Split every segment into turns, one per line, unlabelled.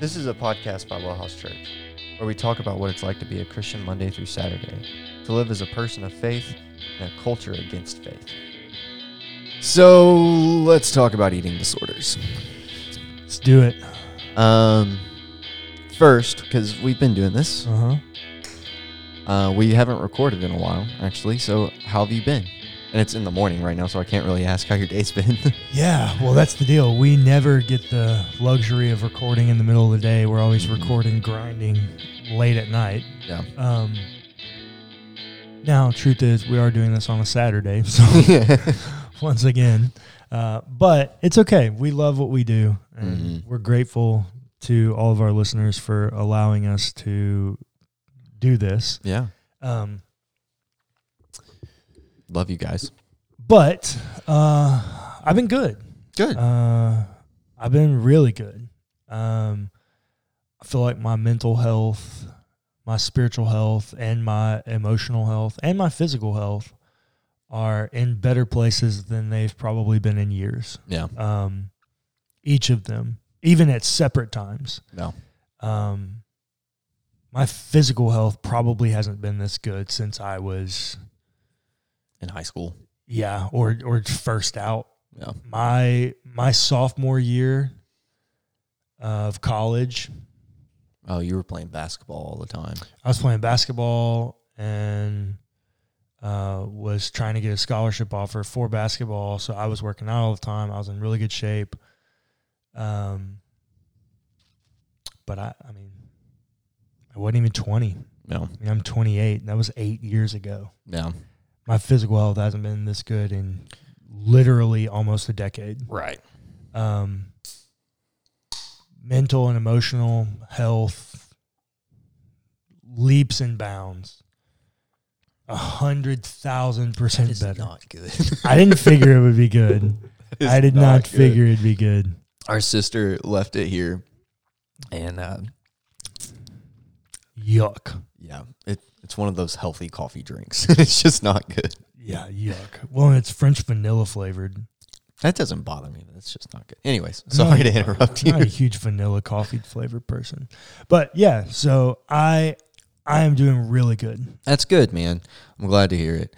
This is a podcast by Wellhouse Church, where we talk about what it's like to be a Christian Monday through Saturday, to live as a person of faith in a culture against faith.
So let's talk about eating disorders.
Let's do it.
Um, first, because we've been doing this,
Uh huh.
uh, we haven't recorded in a while, actually. So, how have you been? And it's in the morning right now, so I can't really ask how your day's been.
Yeah, well, that's the deal. We never get the luxury of recording in the middle of the day. We're always
Mhm.
recording, grinding late at night.
yeah.
Um, now, truth is, we are doing this on a Saturday. So, once again, uh, but it's okay. We love what we do, and
Mhm.
we're grateful to all of our listeners for allowing us to do this.
Yeah.
Um,
Love you guys.
but uh, I've been good.
Good.
Uh, I've been really good. Um, I feel like my mental health, my spiritual health, and my emotional health and my physical health are in better places than they've probably been in years.
yeah.
Um, each of them, even at separate times.
No.
Um, my physical health probably hasn't been this good since I was,
In high school.
yeah, or or first out
Yeah.
my my sophomore year of college,
Oh, you were playing basketball all the time.
I was playing basketball and uh, was trying to get a scholarship offer for basketball. So I was working out all the time. I was in really good shape. Um, but I, I mean, I wasn't even twenty.
No.
I mean, I'm 28. and That was eight years ago.
No.
My physical health hasn't been this good in literally almost a decade.
Right.
um, mental and emotional health leaps and bounds. A hundred thousand
That
percent
is
better.
not good.
I didn't figure it would be good.
It's
I did not,
good.
figure it'd be good.
Our sister left it here, and uh,
Yuck.
yeah, it, it's one of those healthy coffee drinks. it's just not good.
Yeah, yuck. Well, and it's French vanilla flavored.
That doesn't bother me. but That's just not good. Anyways, sorry to interrupt
I'm not a
you.
huge vanilla coffee flavored person, but yeah. So I, I am doing really good.
That's good, man. I'm glad to hear it.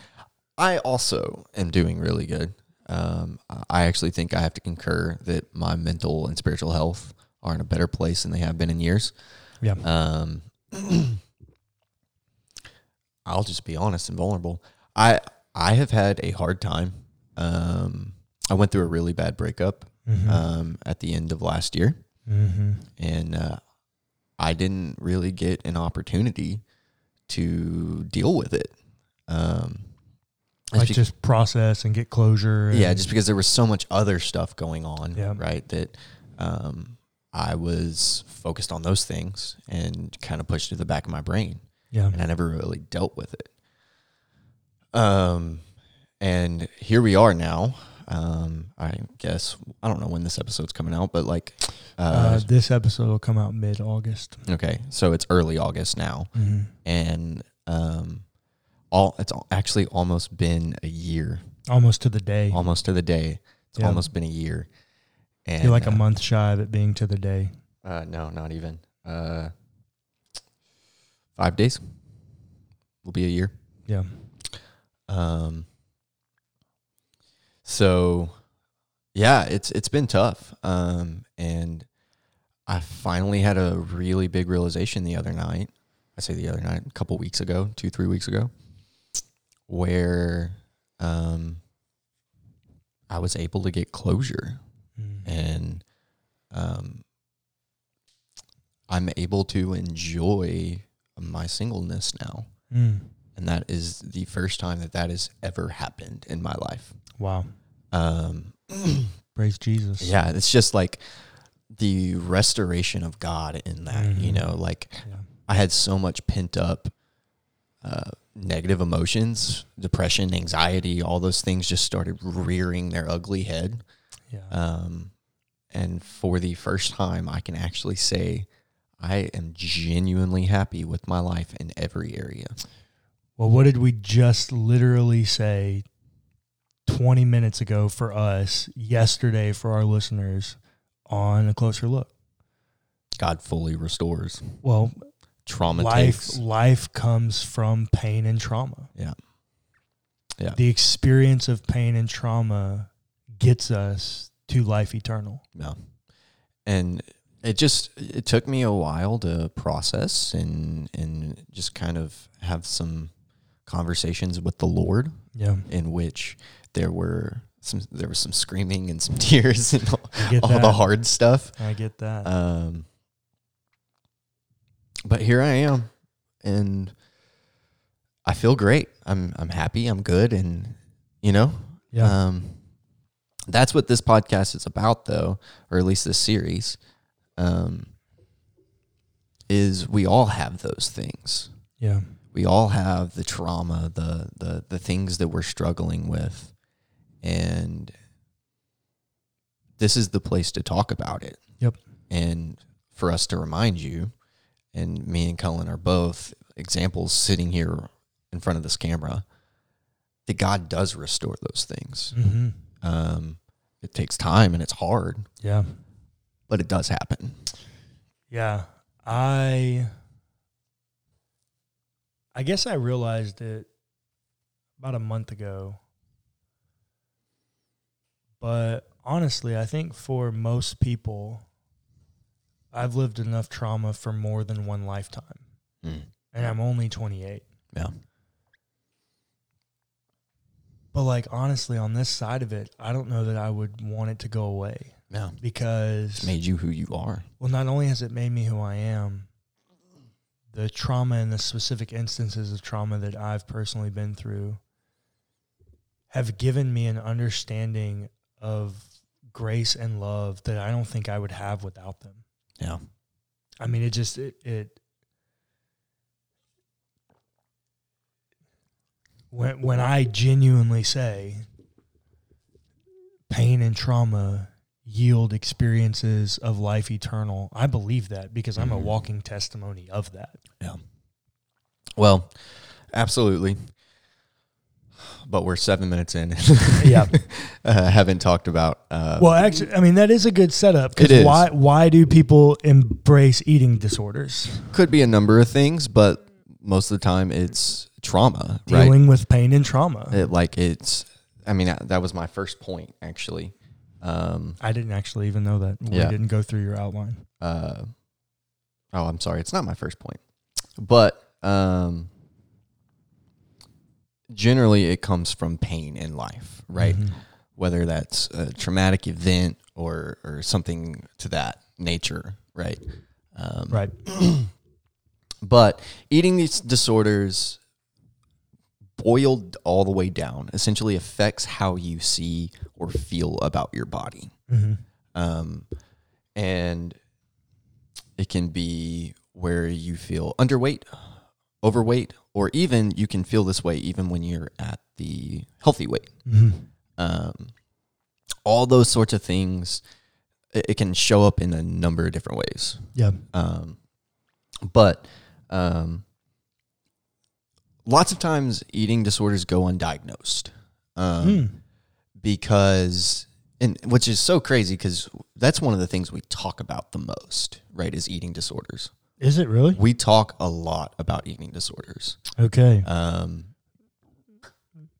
I also am doing really good. Um, I- I actually think I have to concur that my mental and spiritual health are in a better place than they have been in years.
Yeah.
Um, I'll just be honest and vulnerable. I I have had a hard time. Um, I went through a really bad breakup
Mm-hmm.
um, at the end of last year,
mm-hmm.
and uh, I didn't really get an opportunity to deal with it. Um, it's
Like
bec-
just process and get closure.
yeah,
and-
just because there was so much other stuff going on,
Yeah.
right? That um, I was focused on those things and kind of pushed to the back of my brain,
yeah.
and uh, I never really dealt with it. Um, and here we are now. Um, I guess I don't know when this episode's coming out, but like,
Uh,
uh,
this episode will come out mid August.
okay, so it's early August now. and um, all it's al- actually almost been a year,
Almost to the day.
almost to the day. It's
Yeah.
almost been a year, and
You're like a
uh,
month shy of it being to the day.
Uh, no, not even. Uh, five days will be a year.
Yeah.
Um. So, yeah, it's it's been tough. Um, and I finally had a really big realization the other night. I say the other night, a couple weeks ago, two three weeks ago, where um, I was able to get closure
Mm.
and um, I'm able to enjoy my singleness now,
Mm.
and that is the first time that that has ever happened in my life.
Wow.
Um,
Praise Jesus.
yeah, it's just like the restoration of God in that, you
Mhm.
know, like
Yeah.
I had so much pent up uh, negative emotions, depression, anxiety, all those things just started rearing their ugly head.
Yeah.
Um, and for the first time, I can actually say I am genuinely happy with my life in every area.
well, what did we just literally say 20 minutes ago for us, yesterday for our listeners on a closer look?
God fully restores.
Well,
Trauma
life
takes.
life comes from pain and trauma.
Yeah. Yeah.
The experience of pain and trauma gets us to life eternal.
No. And it just it took me a while to process and and just kind of have some conversations with the Lord
Yeah.
in which there were some there was some screaming and some tears and all,
I get
all
that.
the hard stuff.
I get that.
Um but here I am and I feel great. I'm I'm happy, I'm good and you know,
yeah.
um, that's what this podcast is about, though, or at least this series, um, is we all have those things.
yeah.
We all have the trauma, the the the things that we're struggling with, and this is the place to talk about it.
Yep.
And for us to remind you, and me and Cullen are both examples sitting here in front of this camera, that God does restore those things
Mm-hmm.
um, it takes time and it's hard,
Yeah.
but it does happen.
Yeah. I I guess I realized it about a month ago. But honestly, I think for most people I've lived enough trauma for more than one lifetime
Mm.
and I'm only 28.
Yeah.
But like honestly on this side of it, I don't know that I would want it to go away
Yeah,
because
it's made you who you are.
well, not only has it made me who I am, the trauma and the specific instances of trauma that I've personally been through have given me an understanding of grace and love that I don't think I would have without them.
Yeah,
I mean, it just it, it when when I genuinely say pain and trauma yield experiences of life eternal, I believe that because I'm a
Mhm.
walking testimony of that.
yeah. Well, absolutely. But we're seven minutes in.
Yeah.
uh, haven't talked about. Uh,
Well, actually, I mean that is a good setup. 'cause
It is.
Why why do people embrace eating disorders?
could be a number of things, but most of the time it's trauma, right?
Dealing with pain and trauma.
It, like it's. I mean, that that was my first point actually. Um,
I didn't actually even know that. We
Yeah.
didn't go through your outline.
uh, oh, I'm sorry, it's not my first point, but um, generally it comes from pain in life, right?
Mhm.
Whether that's a traumatic event or or something to that nature, right? Um,
Right.
But eating these disorders boiled all the way down essentially affects how you see or feel about your body
hmm
um, and it can be where you feel underweight, overweight, or even you can feel this way even when you're at the healthy weight.
hmm
Um, all those sorts of things, it, it can show up in a number of different ways.
Yeah.
Um, but um, lots of times eating disorders go undiagnosed. Um,
Mm.
because and which is so crazy because that's one of the things we talk about the most right is eating disorders
Is it really?
we talk a lot about eating disorders
Okay.
um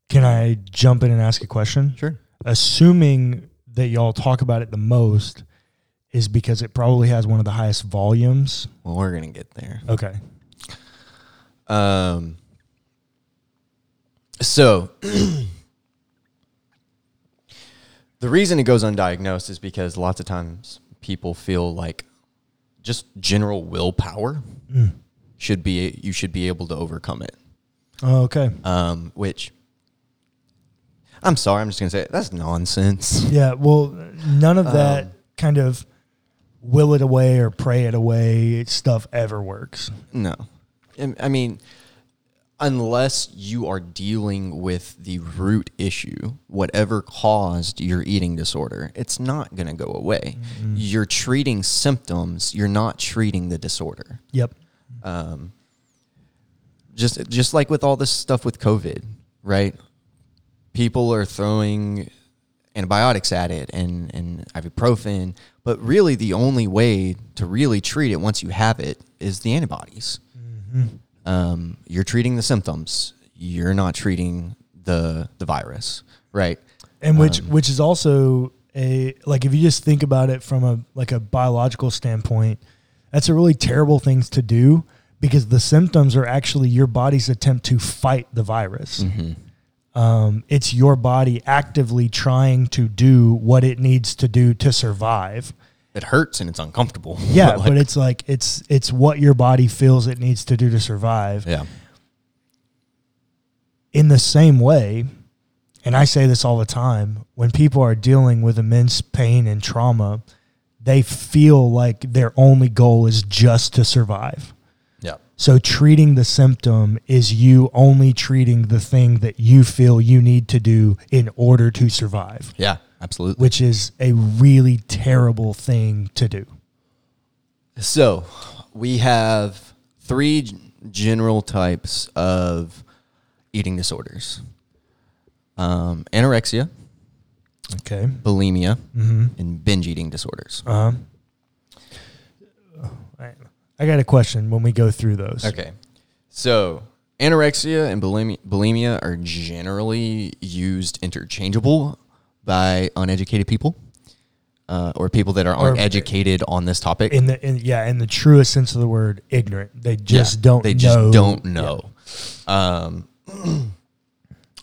Can I jump in and ask a question?
sure
Assuming that y'all talk about it the most is because it probably has one of the highest volumes.
well we're gonna get there
Okay.
um so the reason it goes undiagnosed is because lots of times people feel like just general willpower
Mm.
should be you should be able to overcome it
Oh, okay.
um, which I'm sorry, I'm just gonna say it, that's nonsense.
Yeah. Well, none of that kind of will it away or pray it away stuff ever works.
No, I- I mean, unless you are dealing with the root issue, whatever caused your eating disorder, it's not gonna go away. You're treating symptoms, you're not treating the disorder.
Yep.
um, just just like with all this stuff with COVID, right? People are throwing antibiotics at it and, and ibuprofen. But really, the only way to really treat it once you have it is the antibodies. Um, you're treating the symptoms. You're not treating the the virus, right?
and which which is also a like if you just think about it from a like a biological standpoint that's a really terrible thing to do because the symptoms are actually your body's attempt to fight the virus um, it's your body actively trying to do what it needs to do to survive
It hurts and it's uncomfortable.
yeah
like-
but it's like it's it's what your body feels it needs to do to survive
yeah,
in the same way, and I say this all the time, when people are dealing with immense pain and trauma, they feel like their only goal is just to survive.
yeah,
So treating the symptom is you only treating the thing that you feel you need to do in order to survive,
yeah. Absolutely.
which is a really terrible thing to do.
So we have three g- general types of eating disorders um, anorexia,
Okay.
bulimia,
Mm-hmm.
and binge eating disorders.
Um, I got a question when we go through those.
Okay. So anorexia and bulimia, bulimia are generally used interchangeable by uneducated people uh, or people that are
Or-
uneducated on this topic.
in the in, yeah in the truest sense of the word ignorant they just
Yeah,
don't
they
know.
just don't know um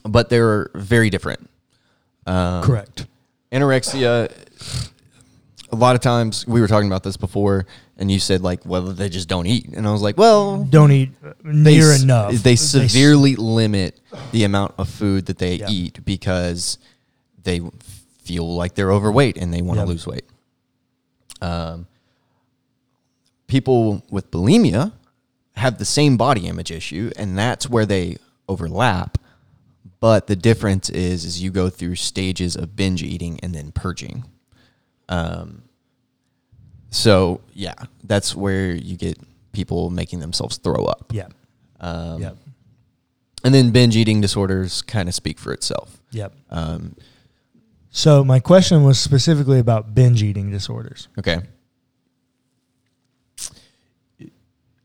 but they're very different Uh-huh.
correct
anorexia a lot of times we were talking about this before and you said like well they just don't eat and i was like well
don't eat uh,
they
near
s-
enough
they
s-
severely limit the amount of food that they
Yeah.
eat because they feel like they're overweight and they want to
Yep.
lose weight um people with bulimia have the same body image issue and that's where they overlap but the difference is is you go through stages of binge eating and then purging um so yeah that's where you get people making themselves throw up
yep
um,
yep
and then binge eating disorders kind of speak for itself
yep
um
so my question was specifically about binge eating disorders
okay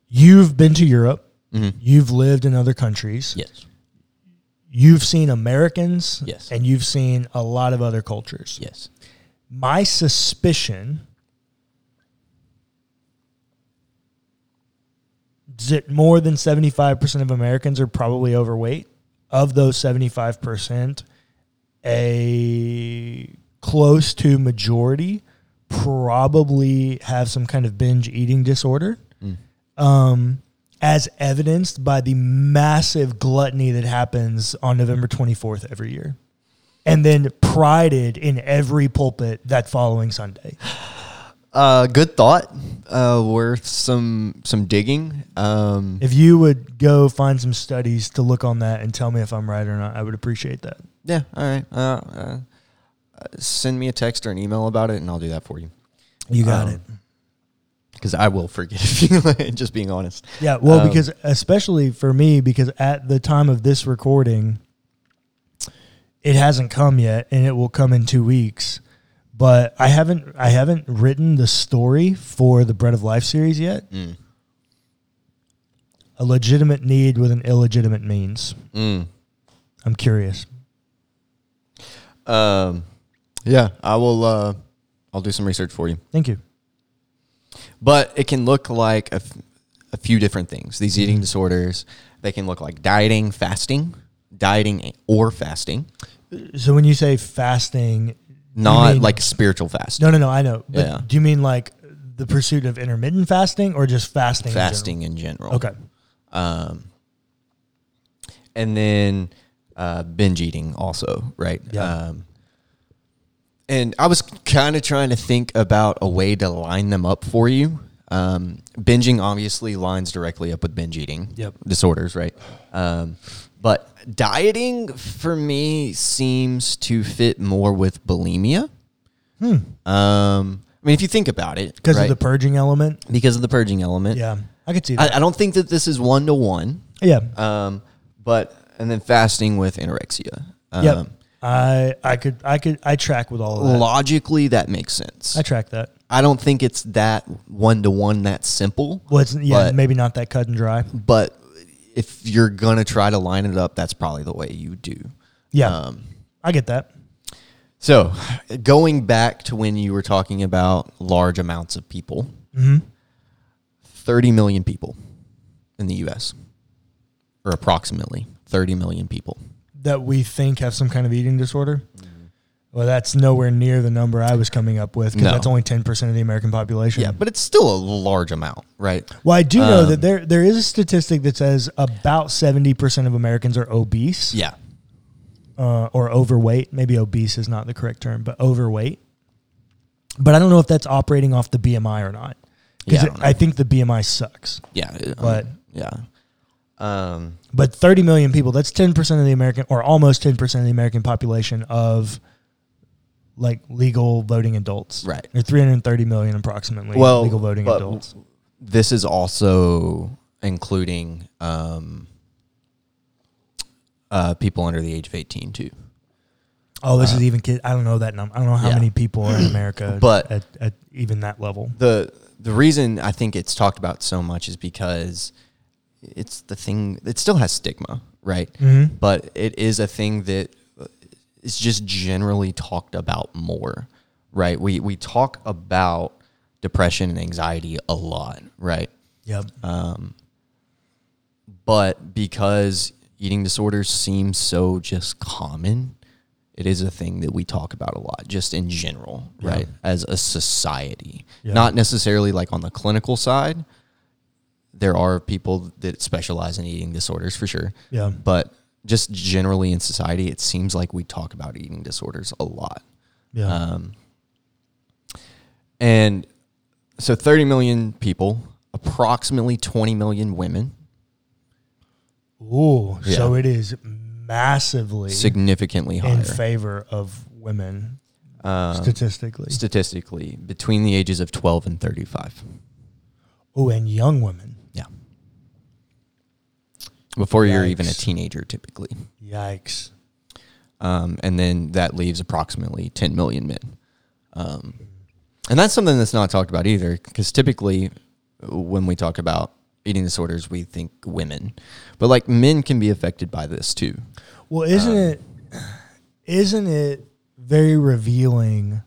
you've been to europe
Mhm.
you've lived in other countries
yes
you've seen americans
Yes.
and you've seen a lot of other cultures
yes
my suspicion is that more than 75% of Americans are probably overweight. Of those 75%, a close to majority probably have some kind of binge eating disorder. Um, as evidenced by the massive gluttony that happens on November 24th every year and then prided in every pulpit that following Sunday.
uh good thought uh worth some some digging um
If you would go find some studies to look on that and tell me if I'm right or not, I would appreciate that.
Yeah. All right. Uh, uh, uh, send me a text or an email about it, and I'll do that for you.
You got
Um,
it.
Because I will forget. just being honest.
Yeah, well,
um,
because especially for me, because at the time of this recording, it hasn't come yet, and it will come in two weeks. But I haven't I haven't written the story for the Bread of Life series yet.
Mm.
A legitimate need with an illegitimate means.
Mm.
I'm curious.
Um. Yeah. I will. Uh, I'll do some research for you.
Thank you.
But it can look like a, f- a few different things. These eating disorders. They can look like dieting, fasting, dieting or fasting,
So when you say fasting,
not
mean-
like spiritual fasting.
no, no, no, I know. But
Yeah.
do you mean like the pursuit of intermittent fasting or just fasting? in general?
fasting in general.
Okay.
um, and then uh, binge eating also, right?
Yeah.
Um, and I was kind of trying to think about a way to line them up for you. Um, binging obviously lines directly up with binge eating
Yep.
disorders, right? Um, but dieting for me seems to fit more with bulimia. Um, I mean, if you think about it,
Because
right?
Hmm. of the purging element.
because of the purging element,
Yeah. I could see that.
I, I don't think that this is one to one.
yeah.
Um, but and then fasting with anorexia. Um,
Yep. I I could I could I track with all of that.
Logically, that makes sense.
I track that.
I don't think it's that one to one that simple,
Well, it's, yeah,
But-
maybe not that cut and dry.
but if you're gonna try to line it up, that's probably the way you do.
Yeah,
Um,
I get that.
so, going back to when you were talking about large amounts of people,
hmm
30 million people in the U.S. or approximately 30 million people.
That we think have some kind of eating disorder.
Mm-hmm.
Well, that's nowhere near the number I was coming up with because
No.
that's only ten percent of the American population.
Yeah, but it's still a large amount, right?
Well, I do know
Um,
that there there is a statistic that says about seventy percent of Americans are obese
Yeah.
uh, or overweight. Maybe obese is not the correct term, but overweight. But I don't know if that's operating off the BMI or not.
Yeah, I
Because
don't know.
I, think the BMI sucks.
Yeah. it-
But-
yeah. Um,
But 30 million people, that's 10% of the American, or almost 10% of the American population of like legal voting adults.
Right.
Or 330 million approximately
well,
legal voting
but
adults.
This is also including um, uh, people under the age of 18, too.
Oh, this is even kid. I don't know that number. I don't know how
Yeah.
many people are in America
But-
at, at even that level.
the the reason I think it's talked about so much is because it's the thing it still has stigma, right?
Mhm.
But it is a thing that is just generally talked about more, right? We we talk about depression and anxiety a lot, right?
Yep.
Uh, But because eating disorders seem so just common, it is a thing that we talk about a lot, just in general,
Yeah.
right? As a society,
Yeah.
not necessarily like on the clinical side. There are people that specialize in eating disorders for sure.
Yeah.
But just generally in society, it seems like we talk about eating disorders a lot.
yeah.
Um, and so 30 million people, approximately 20 million women,
Ooh.
yeah.
So it is massively
significantly
in
higher.
favor of women
um,
statistically.
statistically between the ages of 12 and 35
oh, and young women.
yeah before you're even a
Yikes.
teenager typically
Yikes.
um, and then that leaves approximately 10 million men um, and that's something that's not talked about either because typically when we talk about eating disorders we think women but like men can be affected by this too
Well, isn't it isn't it very revealing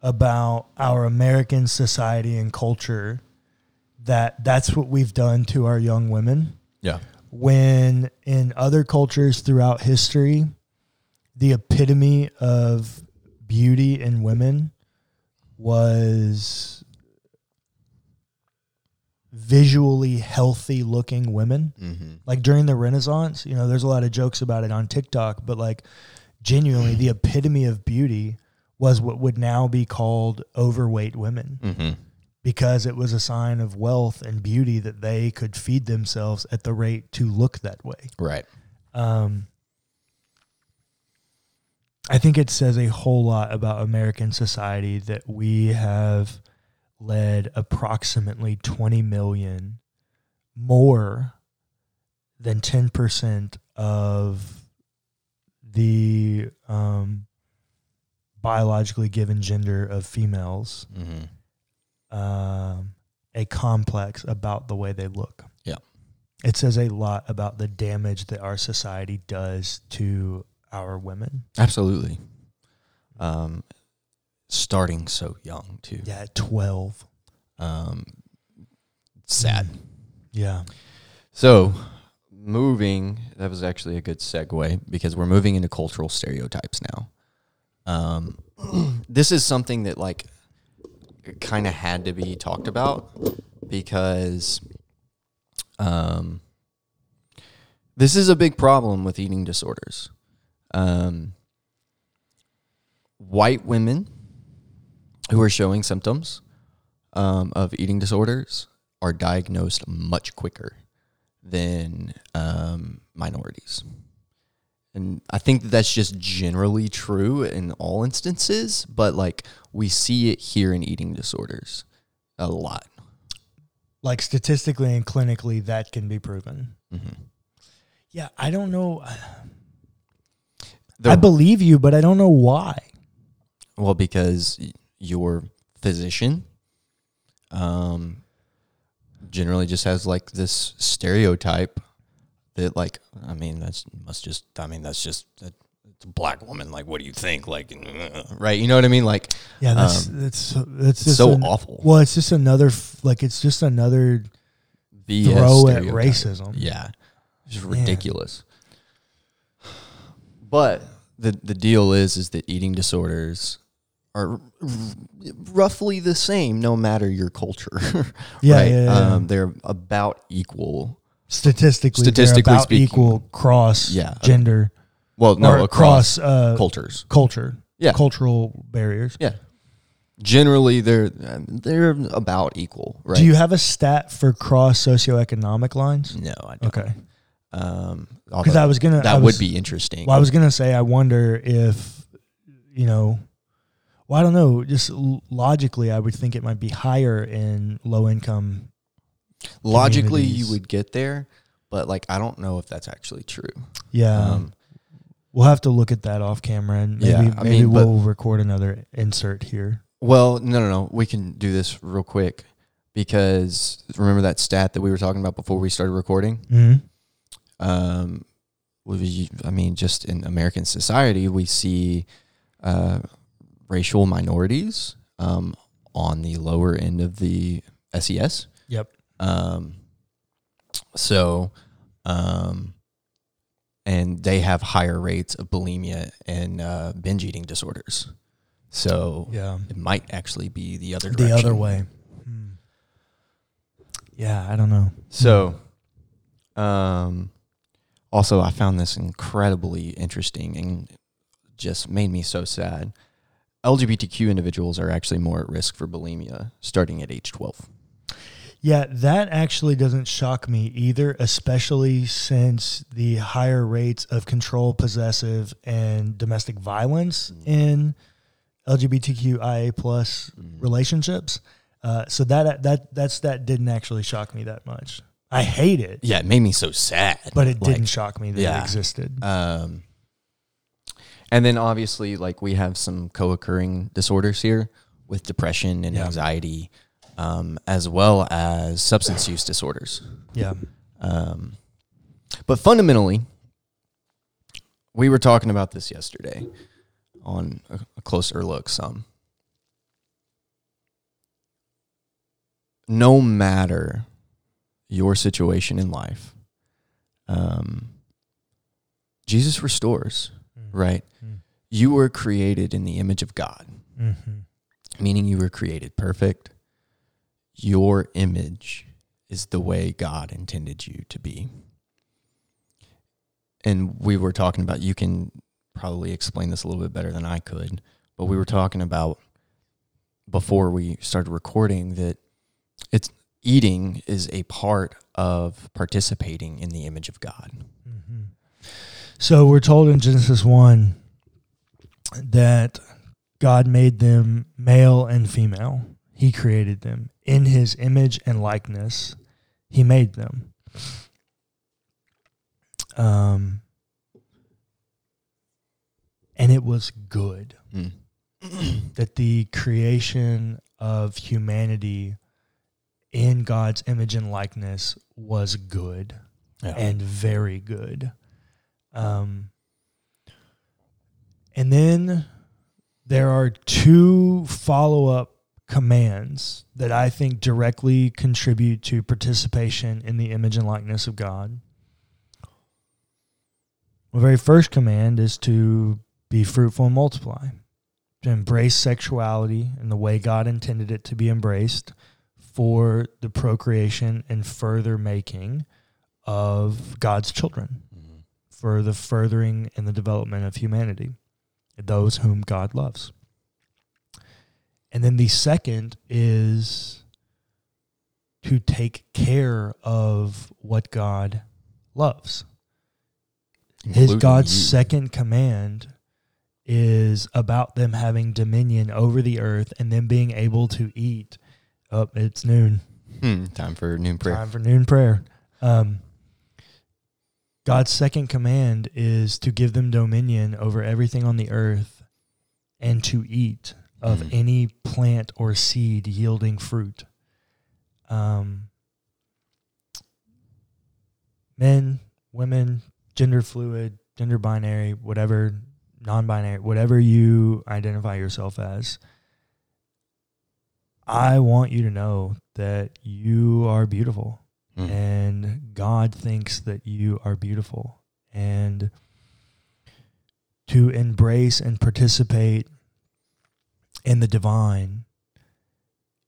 about our American society and culture that that's what we've done to our young women
yeah
when in other cultures throughout history the epitome of beauty in women was visually healthy looking women
mm-hmm.
like during the renaissance you know there's a lot of jokes about it on tiktok but like genuinely the epitome of beauty was what would now be called overweight women
Mm-hmm.
because it was a sign of wealth and beauty that they could feed themselves at the rate to look that way
right
um, I think it says a whole lot about American society that we have led approximately 20 million more than 10% of the um, biologically given gender of females
mm-hmm.
um, a complex about the way they look.
Yeah.
It says a lot about the damage that our society does to our women.
absolutely um, starting so young too
Yeah, at 12.
um, sad
Yeah.
So, moving, that was actually a good segue because we're moving into cultural stereotypes now. Um, this is something that, like, kind of had to be talked about because um, this is a big problem with eating disorders. Um, white women who are showing symptoms um, of eating disorders are diagnosed much quicker than um, minorities. And I think that that's just generally true in all instances, but like we see it here in eating disorders a lot.
Like statistically and clinically, that
Mm-hmm.
can be proven.
Mhm.
Yeah, I don't know.
The-
I believe you, but I don't know why.
Well, because y- your physician um generally just has like this stereotype that like I mean that's must just I mean that's just that, it's a black woman like what do you think like uh, right you know what I mean like
Yeah, that's
Um,
that's that's
it's
just
so
an-
awful
Well, it's just another f- like it's just another
BS
throw at
uh, stereotype.
racism.
Yeah. It's
Man.
ridiculous. But the the deal is is that eating disorders are r- r- roughly the same no matter your culture.
Yeah,
right?
yeah, yeah, yeah.
Um, they're about equal.
statistically, they're
Statistically
about
speaking.
equal cross
Yeah.
gender
Well,
or
no, across
across, uh,
cultures.
culture,
Yeah.
cultural barriers.
Yeah. Generally they're they're about equal, right?
Do you have a stat for cross socioeconomic lines?
No, I don't.
Okay,
Um
because
although
I was gonna
that
I
would
was-
be interesting.
Well, I was gonna say I wonder if you know. Well, I don't know. Just l- logically, I would think it might be higher in low income.
Logically you
communities.
would get there, but like I don't know if that's actually true.
Yeah,
um
we'll have to look at that off camera, and maybe
Yeah, I
maybe
mean, but-
we'll record another insert here.
Well, no, no, no. We can do this real quick because remember that stat that we were talking about before we started recording?
Mm-hmm.
Um, we- I mean, just in American society, we see uh, racial minorities um, on the lower end of the SES.
Yep.
Um, so, um, and they have higher rates of bulimia and uh, binge eating disorders. So,
Yeah,
it might actually be the other
the
direction.
other way. Hmm. Yeah, I don't know. Hmm.
So, um, also I found this incredibly interesting and just made me so sad. LGBTQ individuals are actually more at risk for bulimia starting at age 12.
Yeah, that actually doesn't shock me either, especially since the higher rates of control, possessive, and domestic violence
Mm-hmm.
in LGBTQIA plus
Mm-hmm.
relationships. Uh, so that that that's that didn't actually shock me that much. I hate it,
Yeah, it made me so sad.
but it
Like,
didn't shock me that it
yeah.
existed.
Um, and then obviously, like we have some co-occurring disorders here with depression and
Yeah.
anxiety, um, as well as substance use disorders.
yeah,
Um, but fundamentally, we were talking about this yesterday on a, a closer look. Some, no matter your situation in life, um, Jesus restores, right?
Mm.
You were created in the image of God
Mm-hmm.
meaning you were created perfect. Your image is the way God intended you to be. And we were talking about, you can probably explain this a little bit better than I could, but we were talking about before we started recording that it's eating is a part of participating in the image of God.
Mhm. So we're told in Genesis 1 that God made them male and female. He created them in his image and likeness. He made them. Um, and it was good that the creation of humanity in God's image and likeness was good
Yeah.
and very good. Um, and then there are two follow up commands that I think directly contribute to participation in the image and likeness of God. The very first command is to be fruitful and multiply, to embrace sexuality in the way God intended it to be embraced for the procreation and further making of God's children for the furthering and the development of humanity, those whom God loves. And then the second is to take care of what God loves. His
Including
God's
you.
second command is about them having dominion over the earth and them being able to eat. Oh, it's noon.
Hmm, time for noon prayer.
Time for noon prayer. Um, God's second command is to give them dominion over everything on the earth and to eat of
Mm.
any plant or seed yielding fruit. Um, men, women, gender fluid, gender binary, whatever, non binary, whatever you identify yourself as. I want you to know that you are beautiful
Mm.
and God thinks that you are beautiful and to embrace and participate in the divine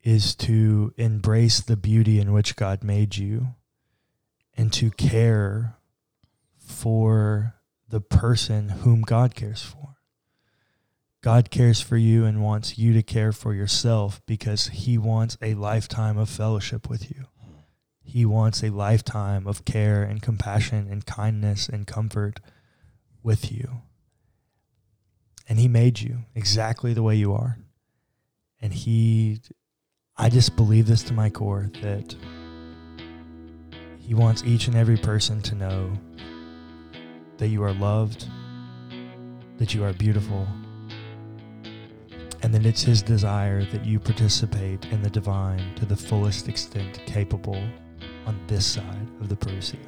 is to embrace the beauty in which God made you and to care for the person whom God cares for. God cares for you and wants you to care for yourself because he wants a lifetime of fellowship with you. He wants a lifetime of care and compassion and kindness and comfort with you. And He made you exactly the way you are. And He, I just believe this to my core that He wants each and every person to know that you are loved, that you are beautiful, and that it's His desire that you participate in the divine to the fullest extent capable on this side of the Perusia.